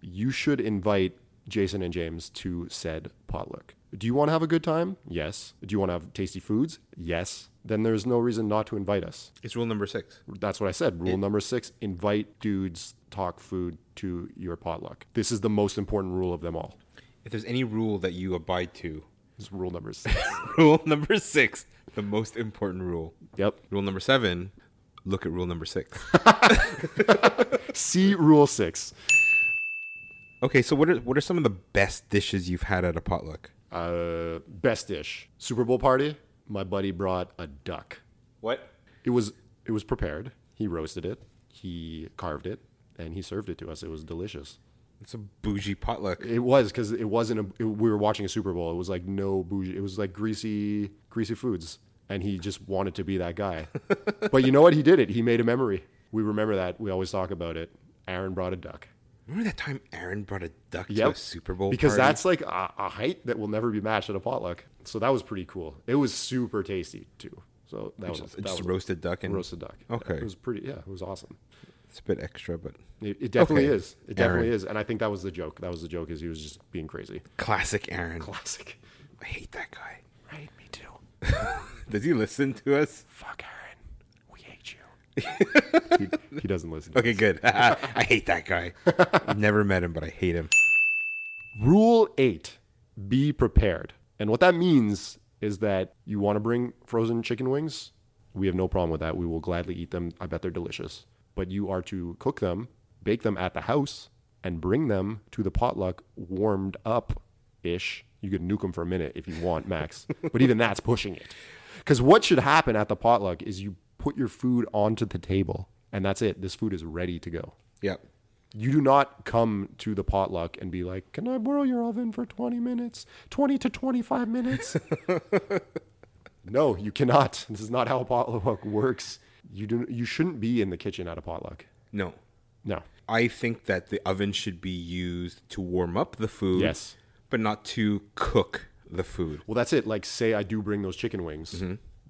S2: you should invite Jason and James to said potluck. Do you want to have a good time? Yes. Do you want to have tasty foods? Yes. Then there's no reason not to invite us.
S1: It's rule number six.
S2: That's what I said. Rule number six invite dudes, talk food to your potluck. This is the most important rule of them all.
S1: If there's any rule that you abide to,
S2: It's rule number six.
S1: rule number six, the most important rule.
S2: yep.
S1: Rule number seven: look at rule number six.
S2: See rule six.
S1: Okay, so what are what are some of the best dishes you've had at a potluck?
S2: Uh, best dish. Super Bowl party. My buddy brought a duck.
S1: What?
S2: It was it was prepared. He roasted it. He carved it, and he served it to us. It was delicious.
S1: It's a bougie potluck.
S2: It was because it wasn't a. it- we were watching a Super Bowl. It was like no bougie. It was like greasy, greasy foods, and he just wanted to be that guy. but you know what? He did it. He made a memory. We remember that. We always talk about it. Aaron brought a duck.
S1: Remember that time Aaron brought a duck to a
S2: Yep.
S1: Super Bowl
S2: because
S1: party?
S2: that's like a, a height that will never be matched at a potluck. So that was pretty cool. It was super tasty too. So that was
S1: just,
S2: that
S1: just
S2: was
S1: roasted duck
S2: a
S1: and
S2: roasted duck.
S1: Okay.
S2: it was pretty. Yeah, it was awesome.
S1: it's a bit extra, but
S2: It, it definitely
S1: Okay.
S2: is. It definitely
S1: Aaron.
S2: is. And I think that was the joke. That was the joke. Is he was just being crazy.
S1: classic Aaron.
S2: Classic.
S1: I hate that guy.
S2: Right. Me too.
S1: Does he listen to us?
S2: Fuck Aaron. We hate you. he, he doesn't listen.
S1: Okay, good. I hate that guy. I've never met him, but I hate him.
S2: Rule eight be prepared. And what that means is that you want to bring frozen chicken wings. We have no problem with that. We will gladly eat them. I bet they're delicious. But you are to cook them, bake them at the house, and bring them to the potluck warmed up ish. You could nuke them for a minute if you want, Max. but even that's pushing it. Because what should happen at the potluck is you put your food onto the table, and that's it. This food is ready to go
S1: Yep.
S2: you do not come to the potluck and be like, "Can I borrow your oven for 20 minutes? 20 to 25 minutes?" no, you cannot. This is not how a potluck works. You do you shouldn't be in the kitchen at a potluck.
S1: No.
S2: No.
S1: I think that the oven should be used to warm up the food.
S2: Yes.
S1: But not to cook the food.
S2: Well, that's it. Like say I do bring those chicken wings.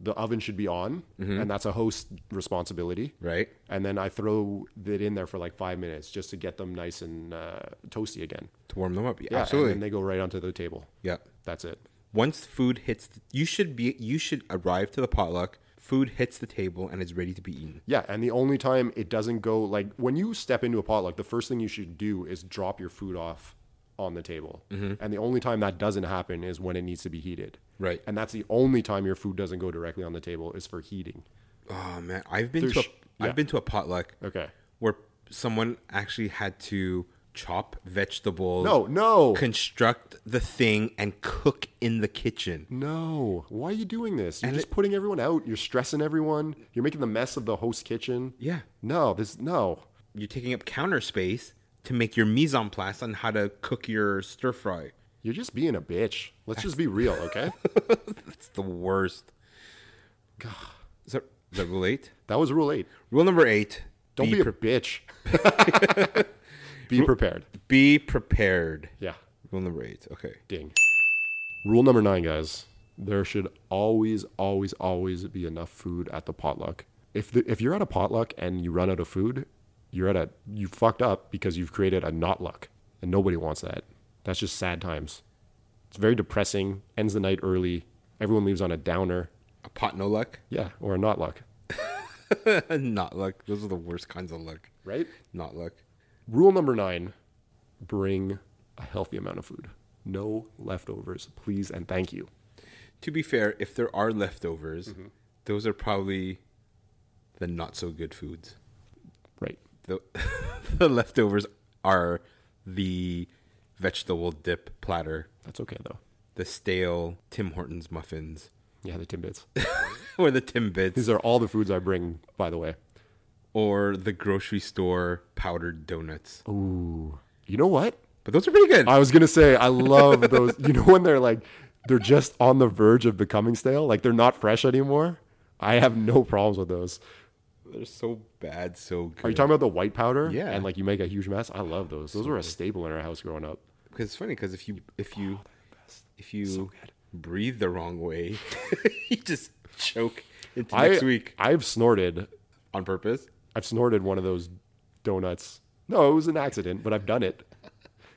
S2: The oven should be on, and that's a host responsibility.
S1: Right?
S2: And then I throw it in there for like 5 minutes just to get them nice and uh, toasty again.
S1: To warm them up. Yeah,
S2: Yeah,
S1: absolutely.
S2: And then they go right onto the table.
S1: yep.
S2: That's it.
S1: once food hits you should be you should arrive to the potluck food hits the table and is ready to be eaten.
S2: Yeah, and the only time it doesn't go like when you step into a potluck, the first thing you should do is drop your food off on the table. And the only time that doesn't happen is when it needs to be heated.
S1: Right.
S2: And that's the only time your food doesn't go directly on the table is for heating.
S1: Oh man, I've been to a,
S2: There's- yeah.
S1: have been to a potluck
S2: Okay.
S1: where someone actually had to chop vegetables.
S2: No, no.
S1: Construct the thing and cook in the kitchen.
S2: No. Why are you doing this? You're just putting everyone out. You're stressing everyone. You're making the mess of the host kitchen.
S1: Yeah.
S2: No, this no.
S1: You're taking up counter space to make your mise en place on how to cook your stir fry.
S2: You're just being a bitch. Let's just be real, okay?
S1: It's the worst. Is that, is that rule eight?
S2: that was rule 8.
S1: Rule number eight.
S2: Don't
S1: be,
S2: be, a bitch. be prepared.
S1: be prepared.
S2: Yeah.
S1: Rule number eight. Okay.
S2: Ding. Rule number nine, guys. There should always, always, always be enough food at the potluck. If the, if you're at a potluck and you run out of food, you're at a you fucked up because you've created a not luck, and nobody wants that. That's just sad times. It's very depressing. Ends the night early. Everyone leaves on a downer.
S1: A pot no luck.
S2: Yeah, or a not luck,
S1: Not luck. Those are the worst kinds of luck.
S2: right?
S1: Not luck.
S2: Rule number nine: bring a healthy amount of food. No leftovers, please and thank you.
S1: To be fair, if there are leftovers,
S2: Mm-hmm.
S1: those are probably the not so good foods.
S2: Right.
S1: The, the leftovers are the vegetable dip platter,
S2: That's okay though.
S1: the stale Tim Hortons muffins,
S2: Yeah, the Timbits.
S1: or the Timbits,
S2: These are all the foods I bring, by the way.
S1: or the grocery store powdered donuts.
S2: Ooh. You know what?
S1: But those are pretty good.
S2: I was gonna say I love those. You know when they're like they're just on the verge of becoming stale, like they're not fresh anymore. I have no problems with those.
S1: They're so bad, so good.
S2: Are you talking about the white powder?
S1: Yeah.
S2: And like you make a huge mess. I love those. Those were a staple in our house growing up.
S1: Because it's funny because if you if
S2: Oh,
S1: you if you breathe the wrong way, you just choke into next
S2: I,
S1: week
S2: I've snorted.
S1: on purpose.
S2: I've snorted one of those donuts. No, it was an accident, but I've done it.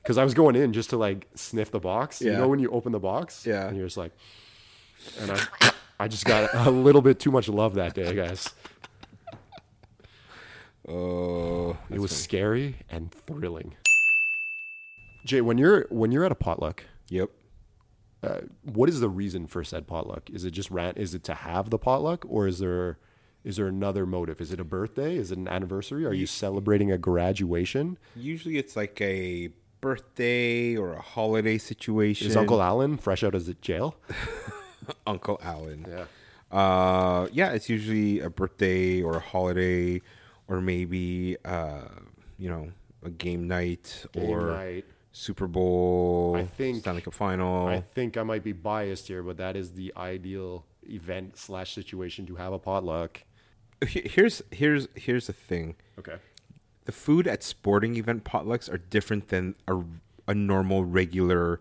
S2: Because I was going in just to like sniff the box. You
S1: Yeah.
S2: know when you open the box?
S1: Yeah.
S2: And you're just like, and I, I just got a little bit too much love that day, guys.
S1: Oh,
S2: it was scary and thrilling. Jay, when you're when you're at a potluck,
S1: yep.
S2: uh, what is the reason for said potluck? Is it just rant? Is it to have the potluck, or is there is there another motive? Is it a birthday? Is it an anniversary? Are you celebrating a graduation?
S1: Usually it's like a birthday or a holiday situation.
S2: Is Uncle Alan fresh out of the jail?
S1: Uncle Alan? Yeah. Uh, yeah, it's usually a birthday or a holiday, or maybe uh, you know, a game night or
S2: night.
S1: Super Bowl.
S2: I think-
S1: Stanley Cup final.
S2: I think I might be biased here, but that is the ideal event slash situation to have a potluck.
S1: Here's here's here's the thing.
S2: Okay.
S1: The food at sporting event potlucks are different than a, a normal regular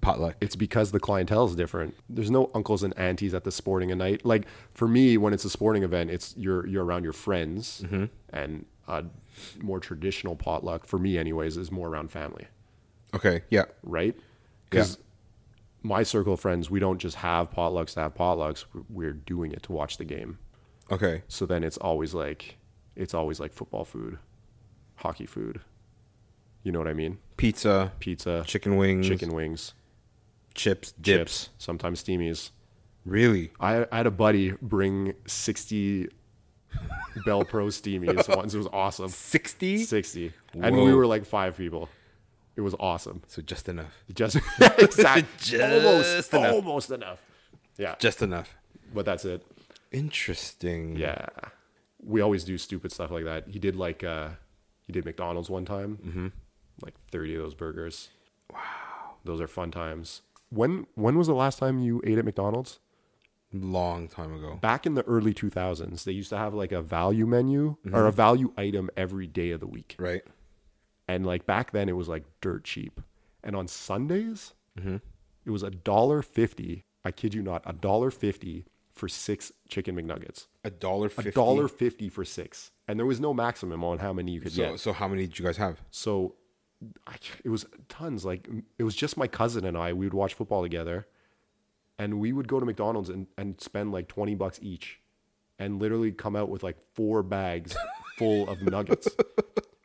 S1: potluck.
S2: it's because the clientele is different. There's no uncles and aunties at the sporting a night. Like for me, when it's a sporting event, it's you're you're around your friends, and a more traditional potluck for me, anyways, is more around family,
S1: Okay, yeah,
S2: right? Because my circle of friends, we don't just have potlucks to have potlucks. We're- We're doing it to watch the game.
S1: okay,
S2: So then it's always like it's always like football food, hockey food. You know what I mean?
S1: pizza,
S2: Pizza,
S1: chicken wings,
S2: chicken wings,
S1: chips, dips.
S2: dips, sometimes steamies.
S1: Really?
S2: I, I had a buddy bring 60 Bell Pro steamies once. It was awesome.
S1: Sixty?
S2: 60. And we
S1: Whoa.
S2: were like five people. It was awesome.
S1: So just enough.
S2: Just exactly. almost
S1: Just enough.
S2: almost enough. Yeah.
S1: Just enough.
S2: But that's it.
S1: Interesting.
S2: Yeah. We always do stupid stuff like that. He did like uh he did McDonald's one time. Mm-hmm. Like 30 of those burgers. Wow. Those are fun times. When when was the last time you ate at McDonald's?
S1: Long time ago.
S2: back in the early 2000s they used to have like a value menu or a value item every day of the week
S1: Right.
S2: and like back then it was like dirt cheap and on sundays it was a dollar 50 i kid you not a dollar 50 for six chicken mcnuggets
S1: A dollar
S2: a
S1: fifty.
S2: dollar 50 for six and there was no maximum on how many you could
S1: So
S2: get
S1: so how many did you guys have?
S2: so I, c- it was tons like m- it was just my cousin and i we would watch football together and we would go to McDonald's and, and spend like 20 bucks each and literally come out with like four bags full of nuggets.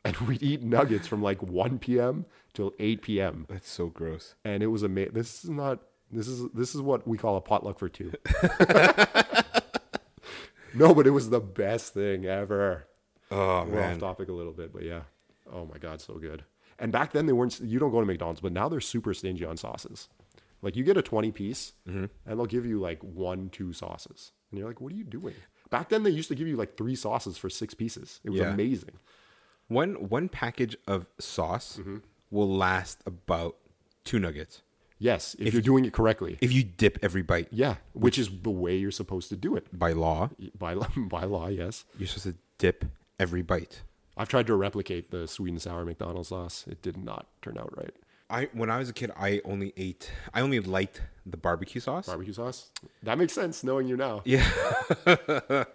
S2: And we'd eat nuggets from like 1 p.m. till 8 p.m.
S1: That's so gross.
S2: And it was amazing. This is not, this is, this is what we call a potluck for two. no, but it was the best thing ever.
S1: Oh
S2: We're
S1: man.
S2: off topic a little bit, but yeah. Oh my god, so good. And back then they weren't. You don't go to McDonald's, but now they're super stingy on sauces. Like you get a twenty piece,
S1: Mm-hmm.
S2: and they'll give you like one, two sauces, and you're like, "What are you doing?" Back then they used to give you like three sauces for six pieces. It was
S1: Yeah.
S2: amazing.
S1: One one package of sauce will last about two nuggets
S2: Yes, if, you're doing it correctly.
S1: if you dip every bite
S2: yeah, which is the way you're supposed to do it
S1: by law.
S2: by law- by law. Yes,
S1: You're supposed to dip every bite.
S2: I've tried to replicate the sweet and sour McDonald's sauce. It did not turn out right.
S1: I when I was a kid, I only ate. I only liked the barbecue sauce.
S2: Barbecue sauce. That makes sense, knowing you now.
S1: Yeah.
S2: The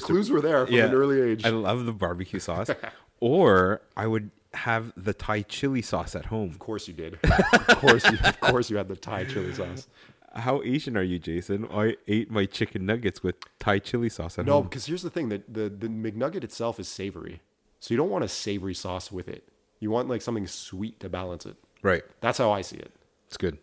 S2: clues were there from an early age.
S1: I love the barbecue sauce. or I would have the Thai chili sauce at home.
S2: Of course you did. of course, you, of course you had the Thai chili sauce.
S1: How Asian are you, Jason? I ate my chicken nuggets with Thai chili sauce at
S2: No,
S1: home.
S2: because here's the thing: that the the McNugget itself is savory, so you don't want a savory sauce with it. You want like something sweet to balance it.
S1: Right.
S2: That's how I see it.
S1: It's good.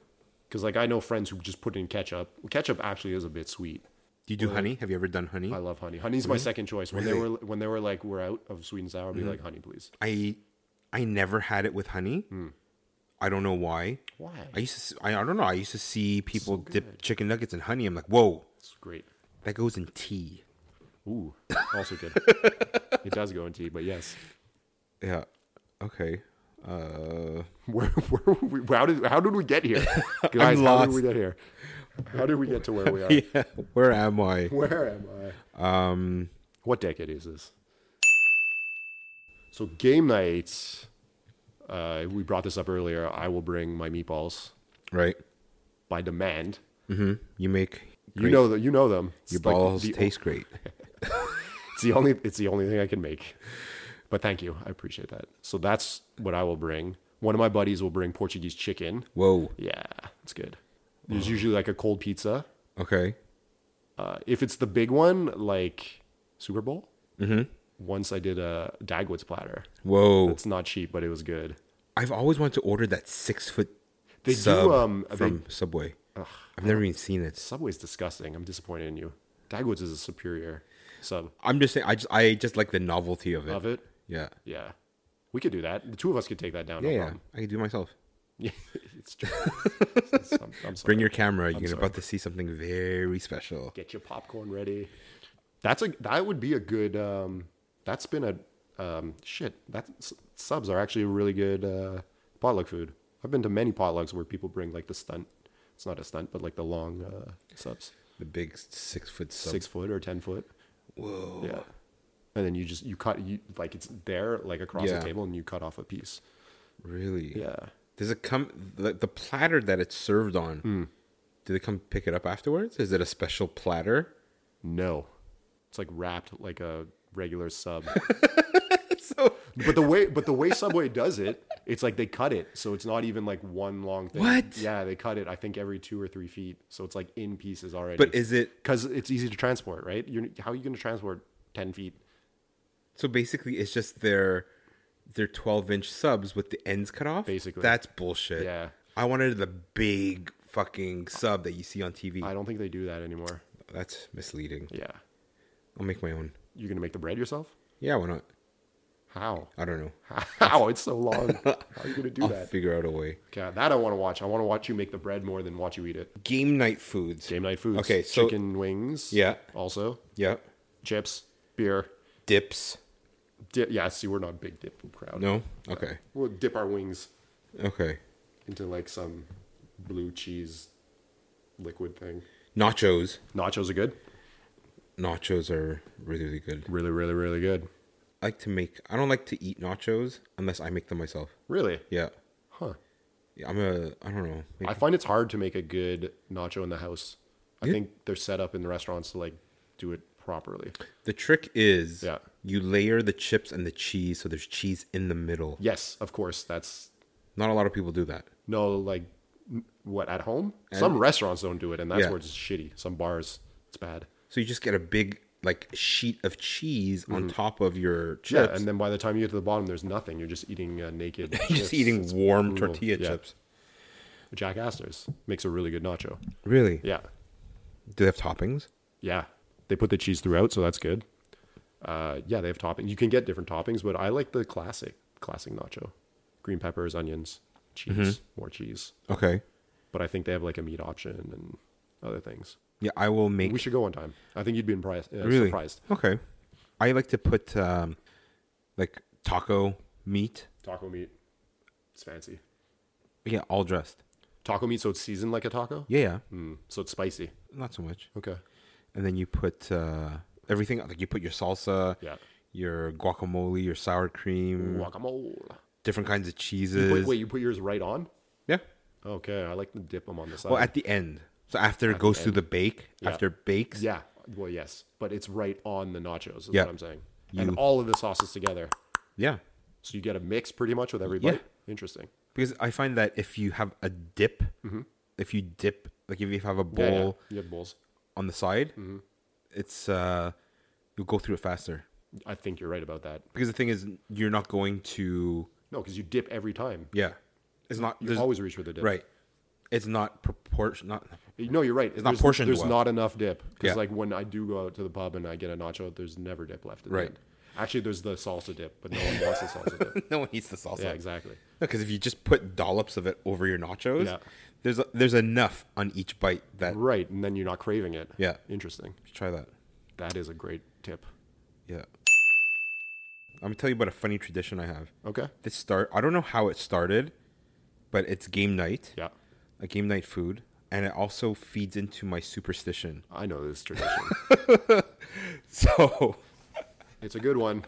S2: Because like I know friends who just put in ketchup. Ketchup actually is a bit sweet.
S1: Do you do honey? Have you ever done honey?
S2: I love honey. Honey's my second choice. When they were when they were like we're out of sweet and sour,
S1: Mm-hmm.
S2: I'd be like honey, please.
S1: I I never had it with honey.
S2: Hmm.
S1: I don't know why.
S2: Why?
S1: I used to s- I, I don't know. I used to see people dip chicken nuggets in honey. I'm like, "Whoa,
S2: It's great.
S1: that goes in tea."
S2: Ooh, also good. it does go in tea, but yes.
S1: Yeah. Okay. Uh
S2: Where, where were we, how did how did we get here, guys? How did
S1: lost.
S2: we get here? How did we get to where we are?
S1: yeah, where am I?
S2: Where am I?
S1: Um
S2: What decade is this? So game nights. Uh, we brought this up earlier. I will bring my meatballs
S1: right.
S2: by demand.
S1: Mhm. You make
S2: You
S1: great-
S2: know that you know them. It's
S1: your
S2: like
S1: balls
S2: the,
S1: taste great.
S2: It's the only. It's the only thing I can make. But thank you. I appreciate that. So that's what I will bring. One of my buddies will bring Portuguese chicken.
S1: Whoa.
S2: Yeah, it's good. There's usually like a cold pizza.
S1: Okay.
S2: uh, if it's the big one, like Super Bowl. Mm-hmm. Once I did a Dagwood's platter.
S1: Whoa.
S2: It's not cheap, but it was good.
S1: I've always wanted to order that 6-foot
S2: They do,
S1: sub
S2: um, they-
S1: from Subway. I've never even seen it.
S2: Subway's disgusting. I'm disappointed in you. Dagwood's is a superior sub
S1: I'm just saying I just I just like the novelty of it.
S2: of it.
S1: Yeah.
S2: Yeah, we could do that. The two of us could take that down.
S1: Yeah,
S2: no
S1: yeah.
S2: problem.
S1: I can do it myself.
S2: Yeah, it's true. It's- I'm, I'm sorry.
S1: Bring your camera. You're
S2: sorry.
S1: about to see something very special.
S2: Get your popcorn ready. That's a that would be a good. Um, that's been a um, shit. That subs are actually a really good uh, potluck food. I've been to many potlucks where people bring like the stunt. It's not a stunt, but like the long uh, subs,
S1: The big six foot sub.
S2: six foot or ten foot.
S1: Whoa.
S2: Yeah, and then you just you cut you like it's there like across
S1: Yeah.
S2: the table, and you cut off a piece.
S1: Really?
S2: Yeah,
S1: Does it come the, the platter that it's served on?
S2: Hmm.
S1: Do they come pick it up afterwards? Is it a special platter?
S2: no, it's like wrapped like a regular sub.
S1: So
S2: But the way but the way Subway does it, it's like they cut it, so it's not even like one long thing.
S1: What?
S2: Yeah, they cut it. I think every two or three feet, so it's like in pieces already.
S1: but is it
S2: because it's easy to transport, right? You're, how are you going to transport ten feet?
S1: so basically it's just their their 12 inch subs with the ends cut off?
S2: Basically.
S1: That's bullshit.
S2: Yeah.
S1: I wanted the big fucking sub that you see on TV.
S2: I don't think they do that anymore.
S1: That's misleading.
S2: Yeah,
S1: I'll make my own.
S2: you're going to make the bread yourself?
S1: Yeah, why not?
S2: How?
S1: I don't know.
S2: How? It's so long. How are you going to do
S1: I'll
S2: that?
S1: figure out a way.
S2: Okay, that I want to watch. I want to watch you make the bread more than watch you eat it.
S1: Game night foods.
S2: Game night foods.
S1: Okay, so-
S2: chicken wings.
S1: Yeah.
S2: Also,
S1: Yeah.
S2: chips, beer.
S1: Dips.
S2: Dip, yeah. See, we're not a big dip crowd.
S1: No? Okay.
S2: We'll dip our wings
S1: Okay.
S2: into like some blue cheese liquid thing.
S1: Nachos.
S2: Nachos are good.
S1: Nachos are really, really good.
S2: Really, really, really good.
S1: I like to make I don't like to eat nachos unless I make them myself.
S2: Really?
S1: Yeah.
S2: Huh.
S1: yeah I'm a I don't know. Maybe-
S2: I find it's hard to make a good nacho in the house. I think they're set up in the restaurants to like do it properly.
S1: The trick is
S2: Yeah.
S1: you layer the chips and the cheese so there's cheese in the middle.
S2: Yes, of course. That's
S1: Not a lot of people do that.
S2: no like what at home? Some restaurants don't do it, and that's
S1: Yeah.
S2: where it's shitty. Some bars, it's bad.
S1: So you just get a big like sheet of cheese on top of your
S2: Mm-hmm. Yeah,
S1: chips.
S2: and then by the time you get to the bottom, there's nothing. You're just eating uh, naked.
S1: You're just eating warm
S2: brutal.
S1: tortilla
S2: Yeah.
S1: chips.
S2: Jack Astor's makes a really good nacho.
S1: Really?
S2: Yeah,
S1: Do they have toppings?
S2: yeah. They put the cheese throughout, so that's good. Uh, yeah, they have toppings. You can get different toppings, but I like the classic, classic nacho: green peppers, onions, cheese,
S1: Mm-hmm.
S2: more cheese.
S1: Okay.
S2: But I think they have like a meat option and other things.
S1: Yeah, I will make
S2: We should go one time. I think you'd be impressed, uh,
S1: really
S2: surprised.
S1: Okay. I like to put um, like taco meat.
S2: Taco meat, it's fancy.
S1: Yeah, all dressed.
S2: Taco meat, so it's seasoned like a taco.
S1: Yeah, yeah.
S2: Mm, so it's spicy.
S1: Not so much.
S2: Okay.
S1: And then you put uh, everything like you put your salsa,
S2: Yeah.
S1: your guacamole, your sour cream,
S2: Guacamole.
S1: different kinds of cheeses.
S2: Wait, wait, you put yours right on?
S1: Yeah.
S2: Okay, I like to dip them on the side.
S1: Well, at the end. So after it goes through the bake, after it bakes,
S2: yeah, well, yes, but it's right on the nachos. Is
S1: Yeah.
S2: what I'm saying.
S1: You-
S2: And all of the sauces together,
S1: yeah.
S2: so you get a mix pretty much with everybody.
S1: Yeah.
S2: Interesting.
S1: Because I find that if you have a dip, if you dip, like if you have a bowl
S2: Mm-hmm. Yeah, Mm-hmm. yeah. You have bowls.
S1: on the side, it's uh, you'll go through it faster.
S2: I think you're right about that.
S1: Because the thing is, you're not going to
S2: No, because you dip every time.
S1: yeah. It's not
S2: You
S1: there's,
S2: always reach for the dip.
S1: right. It's not proportion. Not
S2: No, you're right. It's
S1: not
S2: there's,
S1: portioned
S2: There's
S1: well.
S2: not enough dip. Because
S1: Yeah.
S2: like when I do go out to the pub and I get a nacho, there's never dip left. At the
S1: Right.
S2: end. Actually, there's the salsa dip, but no one wants the salsa dip.
S1: no one eats the salsa.
S2: Yeah, exactly.
S1: Because if you just put dollops of it over your nachos,
S2: Yeah.
S1: there's there's enough on each bite that
S2: Right, and then you're not craving it.
S1: Yeah.
S2: Interesting.
S1: try that.
S2: That is a great tip.
S1: Yeah. I'm gonna tell you about a funny tradition I have.
S2: Okay.
S1: This start I don't know how it started, but it's game night,
S2: Yeah.
S1: a game night food, and it also feeds into my superstition.
S2: I know this tradition.
S1: So
S2: it's a good one.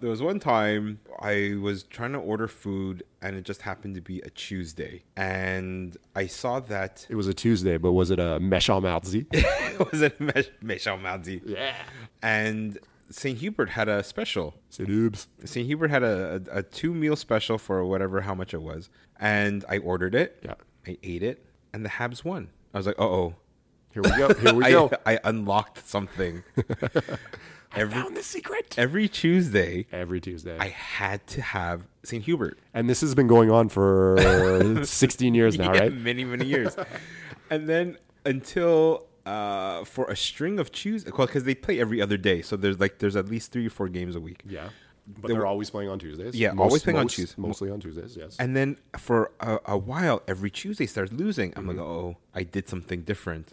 S1: there was one time I was trying to order food and it just happened to be a Tuesday. And I saw that
S2: It was a Tuesday, but was it a Meshamalzi?
S1: it was at Mesh- Meshal Maldi.
S2: yeah.
S1: And St. Hubert had a special.
S2: Sidubs.
S1: St. Hubert had a, a, a two meal special for whatever how much it was. And I ordered it.
S2: Yeah.
S1: I ate it. And the Habs won. I was like, uh oh.
S2: Here we go. Here we
S1: I,
S2: go.
S1: I unlocked something. every
S2: Found the secret.
S1: every Tuesday
S2: Every Tuesday.
S1: I had to have St. Hubert.
S2: and this has been going on for 16 years now,
S1: Yeah,
S2: right?
S1: Many, many years. and then until uh, for a string of Tuesdays, well, because they play every other day, so there's like there's at least three or four games a week.
S2: Yeah. But they're always playing on Tuesdays.
S1: Yeah, always playing on Tues-
S2: Mostly on Tuesdays, yes.
S1: And then for a, a while, every Tuesday starts losing. I'm
S2: Mm-hmm.
S1: like, oh, I did something different,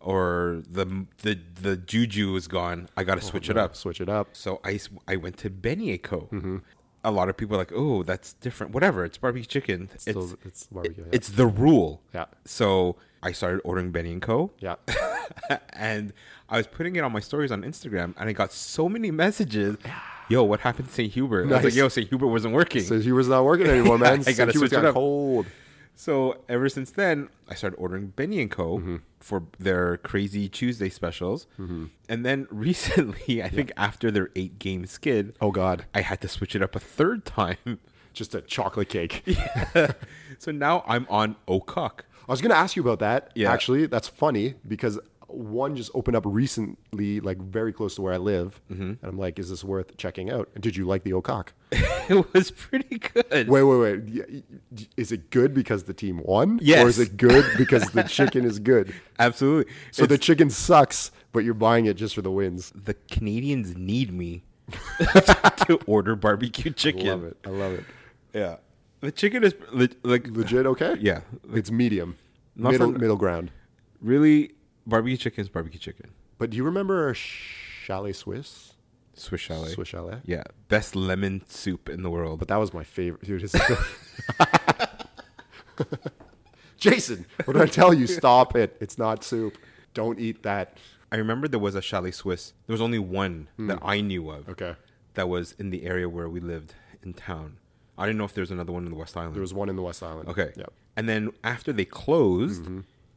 S1: or the the the juju is gone. I
S2: Oh,
S1: got to switch it up.
S2: Switch it up.
S1: So I, s- I went to Beignet Co.
S2: Mm-hmm.
S1: A lot of people are like, oh, that's different. Whatever, it's barbecue chicken. It's
S2: Still, it's barbecue. yeah.
S1: it's the rule.
S2: Yeah.
S1: So I started ordering Benny and Co.
S2: yeah.
S1: and I was putting it on my stories on Instagram, and I got so many messages. Yo, what happened to St. Hubert? I was like,
S2: Nice.
S1: yo, St. Hubert wasn't working.
S2: So Huber's not working anymore,
S1: Yeah,
S2: man.
S1: I gotta
S2: So Huber's
S1: switch it
S2: got
S1: up.
S2: cold.
S1: so ever since then, I started ordering Benny and Co.
S2: Mm-hmm.
S1: for their crazy Tuesday specials. And then recently, I think after their eight game skid,
S2: Oh, God.
S1: I had to switch it up a third time.
S2: Just a chocolate cake.
S1: so now I'm on O'Cock.
S2: I was going to ask you about that.
S1: Yeah.
S2: Actually, that's funny because one just opened up recently, like very close to where I live.
S1: Mm-hmm.
S2: And I'm like, is this worth checking out? Did you like the Ocock?
S1: it was pretty good.
S2: Wait, wait, wait. Y- y- Is it good because the team won? Or
S1: Yes.
S2: is it good because the chicken is good?
S1: Absolutely.
S2: So the chicken sucks, but you're buying it just for the wins.
S1: the Canadians need me to order barbecue
S2: I
S1: chicken.
S2: love it. I love it.
S1: Yeah, the chicken is le- like
S2: Legit okay?
S1: yeah,
S2: It's medium.
S1: Not
S2: Middle,
S1: for-
S2: middle ground.
S1: really barbecue chicken is barbecue chicken.
S2: But do you remember Chalet Swiss?
S1: Swiss chalet.
S2: Swiss Chalet?
S1: Yeah, best lemon soup in the world.
S2: But that was my favorite. Dude, his- Jason, what did I tell you? Stop it. It's not soup. Don't eat that.
S1: I remember there was a chalet Swiss. There was only one that I knew of.
S2: Hmm. Okay.
S1: that was in the area where we lived in town. I didn't know if there was another one in the West Island.
S2: There was one in the West Island.
S1: okay,
S2: Yep. Mm-hmm.
S1: and then after they closed,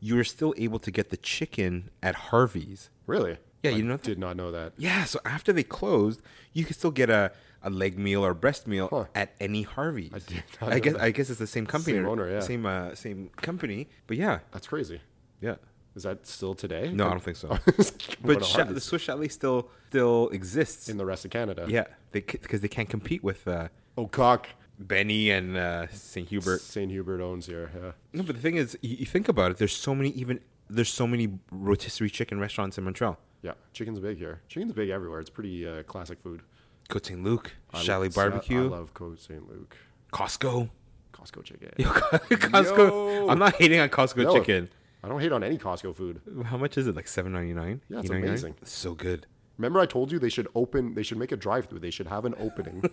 S1: you were still able to get the chicken at Harvey's.
S2: Really?
S1: Yeah,
S2: I
S1: you know that?
S2: Did not know that.
S1: Yeah, so after they closed, you could still get a, a leg meal or breast meal
S2: Huh.
S1: at any Harvey's. I
S2: did not know
S1: guess
S2: that.
S1: I guess it's the same company,
S2: Same
S1: or
S2: owner, yeah.
S1: same uh, same company. But yeah,
S2: That's crazy.
S1: yeah.
S2: Is that still today?
S1: No, I don't think so.
S2: but
S1: but Cha- the Swiss Chalet still still exists.
S2: in the rest of Canada.
S1: yeah, they because they can't compete with uh,
S2: Oh, cock.
S1: Benny and uh, St. Hubert.
S2: St. Hubert owns here. Yeah.
S1: No, but the thing is, you, you think about it. There's so many even there's so many rotisserie chicken restaurants in Montreal.
S2: Yeah. Chicken's big here. Chicken's big everywhere. It's pretty uh, classic food.
S1: Côte Saint Luc,
S2: I
S1: Chalet
S2: love- I
S1: Barbecue,
S2: love Cote St. Luke.
S1: Costco.
S2: Costco chicken.
S1: Yo, Costco.
S2: Yo.
S1: I'm not hating on Costco
S2: No,
S1: chicken.
S2: I don't hate on any Costco food.
S1: How much is it? Like seven ninety nine.
S2: Yeah, it's amazing.
S1: So good,
S2: Remember, I told you they should open. They should make a drive-through. They should have an opening.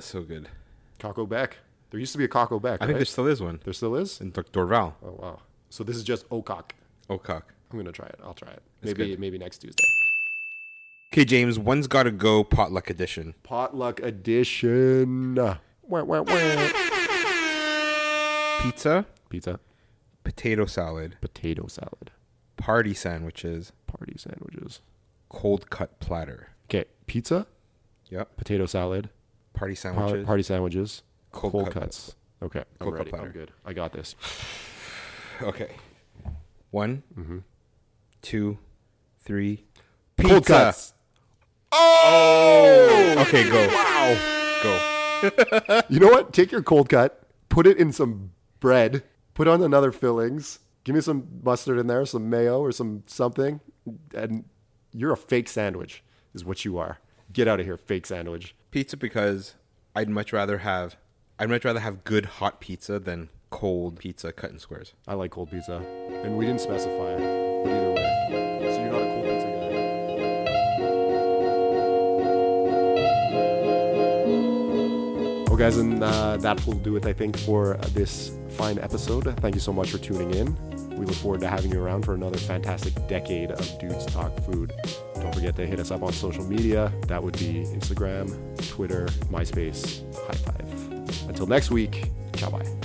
S1: so good.
S2: Coco Beck. There used to be a Coco Beck.
S1: I
S2: right?
S1: think there still is one
S2: there still is.
S1: in Dor- Dorval,
S2: Oh wow. So this is just Ocock.
S1: Ocock.
S2: I'm gonna try it. I'll try it.
S1: It's
S2: Maybe
S1: good.
S2: maybe next Tuesday.
S1: Okay, James. One's got to go. Potluck edition.
S2: Potluck edition. Wah, wah, wah.
S1: Pizza,
S2: Pizza,
S1: potato salad,
S2: potato salad,
S1: party sandwiches,
S2: party sandwiches.
S1: cold cut platter.
S2: Okay, pizza,
S1: Yep.
S2: potato salad,
S1: Party
S2: par-
S1: sandwiches.
S2: party sandwiches,
S1: Cold
S2: cold,
S1: cut.
S2: cuts. Okay,
S1: Cold cut
S2: I'm ready.
S1: platter.
S2: I'm good. I got this.
S1: Okay. One, two, three.
S2: Cold cuts.
S1: Oh. Okay, go. Wow. Go.
S2: You know what? Take your cold cut, put it in some bread, put on another fillings. Give me some mustard in there, some mayo or some something, and you're a fake sandwich, is what you are. Get out of here, fake sandwich.
S1: Pizza because I'd much rather have I'd much rather have good hot pizza than cold pizza cut in squares.
S2: I like cold pizza, and we didn't specify it, but either way. So you're not a cold pizza guy. Well, guys, and uh, that will do it, I think, for uh, this fine episode. Thank you so much for tuning in. We look forward to having you around for another fantastic decade of Dudes Talk Food. Don't forget to hit us up on social media. That would be Instagram, Twitter, MySpace, High Five. Until next week, ciao bye.